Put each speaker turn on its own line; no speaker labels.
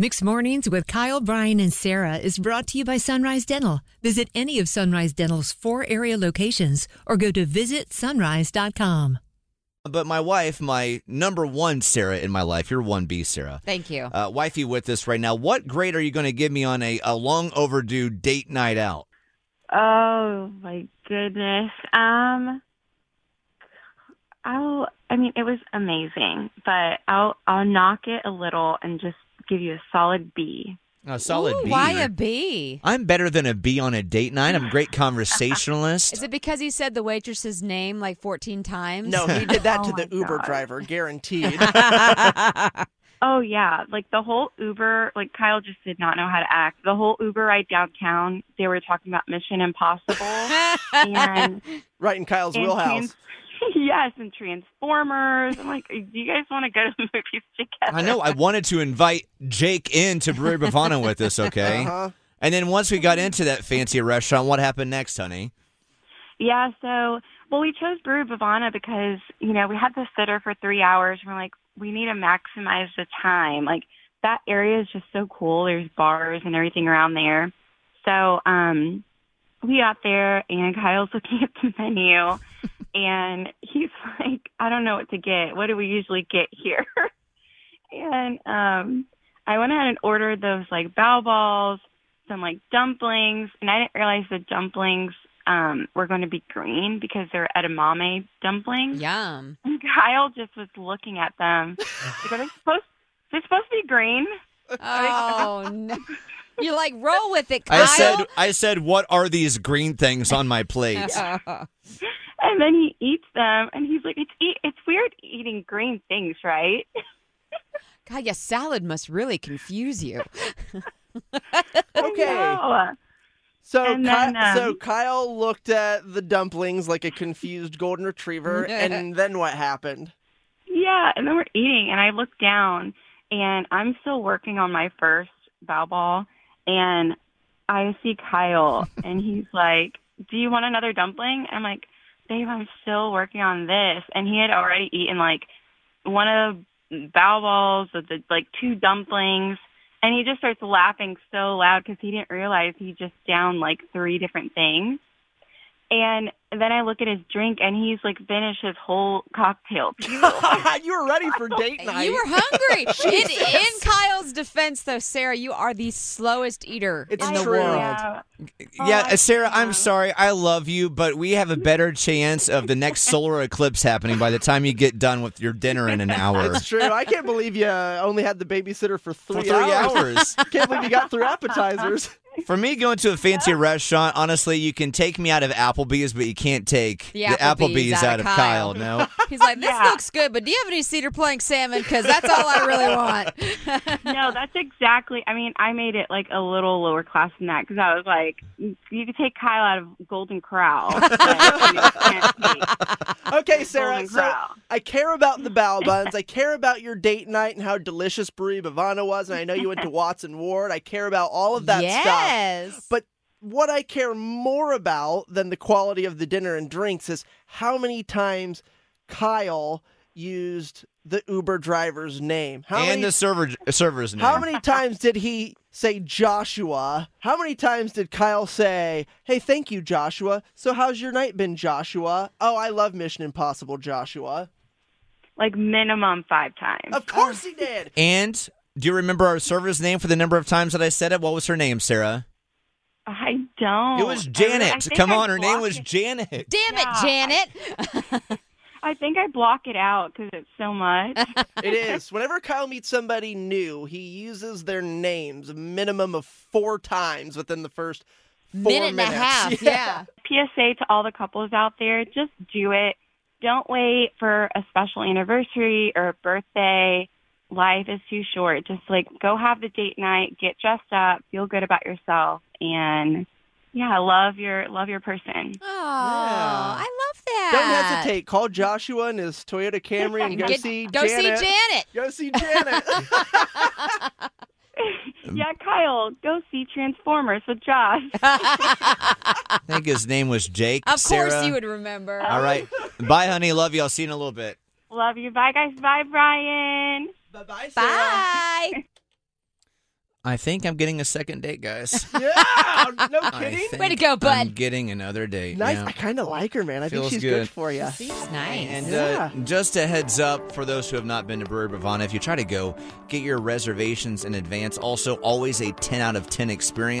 Mixed Mornings with Kyle, Brian, and Sarah is brought to you by Sunrise Dental. Visit any of Sunrise Dental's four area locations or go to visitsunrise.com.
But my wife, my number one Sarah in my life, you're one B Sarah.
Thank you.
Uh, wifey with us right now. What grade are you going to give me on a, a long overdue date night out?
Oh my goodness. Um I'll I mean it was amazing, but I'll I'll knock it a little and just give you a solid B.
A solid
Ooh,
B.
Why a B?
I'm better than a B on a date night. I'm a great
Is
conversationalist.
it because he said the waitress's name like 14 times?
No, he did that
Oh
to the
my
Uber
God.
driver, guaranteed.
Oh yeah, like the whole Uber, like Kyle just did not know how to act. The whole Uber ride downtown, they were talking about Mission Impossible and,
right in Kyle's
and
wheelhouse.
Trans- yes, and Transformers. I'm like, do you guys want to go to the movies together?
I know. I wanted to invite Jake into Brewery Bavana with us, okay?
Uh-huh.
And then once we got into that fancy restaurant, what happened next, honey?
Yeah, so well we chose Brew Bavana because, you know, we had the sitter for three hours and we're like, we need to maximize the time. Like that area is just so cool. There's bars and everything around there. So, um we got there and Kyle's looking at the menu and he's like, I don't know what to get. What do we usually get here? and um I went ahead and ordered those like bao balls, some like dumplings, and I didn't realize the dumplings um were going to be green because they're edamame dumplings.
Yum.
And Kyle just was looking at them. Like, are they supposed they're supposed to be green?
Oh, no. You're like, roll with it, Kyle.
I said, I said, what are these green things on my plate?
Oh.
And then he eats them and he's like, It's eat it's weird eating green things, right?
God, your salad must really confuse you.
Okay.
So,
So,
And
Ky-
then, um,
so Kyle looked at the dumplings like a confused golden retriever, and then what happened?
Yeah, and then we're eating, and I look down, and I'm still working on my first bao ball, and I see Kyle, and he's like, "Do you want another dumpling?" I'm like, "Babe, I'm still working on this," and he had already eaten like one of the bao balls with the like two dumplings. And he just starts laughing so loud because he didn't realize he just downed like three different things. And then I look at his drink and he's like finished his whole cocktail.
you were ready for date night.
You were hungry. in, in Kyle's defense, though, Sarah, you are the slowest eater
It's
in the
true.
world.
Yeah.
Yeah,
Oh,
uh, Sarah, I'm
yeah.
sorry. I love you, but we have a better chance of the next solar eclipse happening by the time you get done with your dinner in an hour.
It's true. I can't believe you uh, only had the babysitter for
For
three,
three hours.
can't believe you got through appetizers.
For me, going to a fancy restaurant, honestly, you can take me out of Applebee's, but you can't take
The
the,
Applebee's
Applebee's,
out
out,
of
of
Kyle.
Kyle. No,
He's like, this
Yeah.
looks good, but do you have any cedar plank salmon? Because that's all I really want.
no, that's exactly. I mean, I made it like a little lower class than that because I was like, you you could take Kyle out of Golden Corral. but, you know, can't take
Okay, Sarah.
Golden
So
Corral.
I care about the bao buns. I care about your date night and how delicious Brie Bavana was. And I know you went to Watson Ward. I care about all of that stuff.
yes.
But what I care more about than the quality of the dinner and drinks is how many times Kyle used the Uber driver's name. How
and
many,
the server server's name.
how many times did he say Joshua? How many times did Kyle say, "Hey, thank you, Joshua. So how's your night been, Joshua? Oh, I love Mission Impossible, Joshua."
like minimum five times.
Of course he did.
And do you remember our server's name for the number of times that I said it? What was her name, Sarah?
I don't.
it was
Oh, I really- I
Janet.
think
Come
I
on, her name
block
was
it-
Janet.
Damn
Yeah, I-
it, Janet.
I think I block it out because it's so much.
It is. Whenever Kyle meets somebody new, he uses their names a minimum of four times within the first four
Minute and a
minutes.
half.
Yeah.
Yeah.
PSA to all the couples out there: just do it. Don't wait for a special anniversary or a birthday. Life is too short. Just like go have the date night, get dressed up, feel good about yourself, and yeah, love your love your person.
Oh, I love that.
Don't hesitate. Call Joshua in his Toyota Camry and go
Get-
see
go see
Janet.
Janet.
Go see Janet.
yeah, Kyle, go see Transformers with Josh.
I think his name was Jake.
Of course
Sarah.
you would remember.
All right. Bye, honey. Love you. I'll see you in a little bit.
love you. Bye, guys. Bye, Brian.
Bye-bye, Sarah.
Bye.
I think I'm getting a second date, guys.
Yeah, no
I
kidding.
think
Way to go,
I'm
bud.
getting another date.
Nice.
yeah.
I kind of like her, man. I
Feels
think she's
good.
good, for you.
Seems nice.
And
Yeah.
uh, just a heads up for those who have not been to Brewery Bavana, if you try to go, get your reservations in advance. Also, always a 10 out of 10 experience.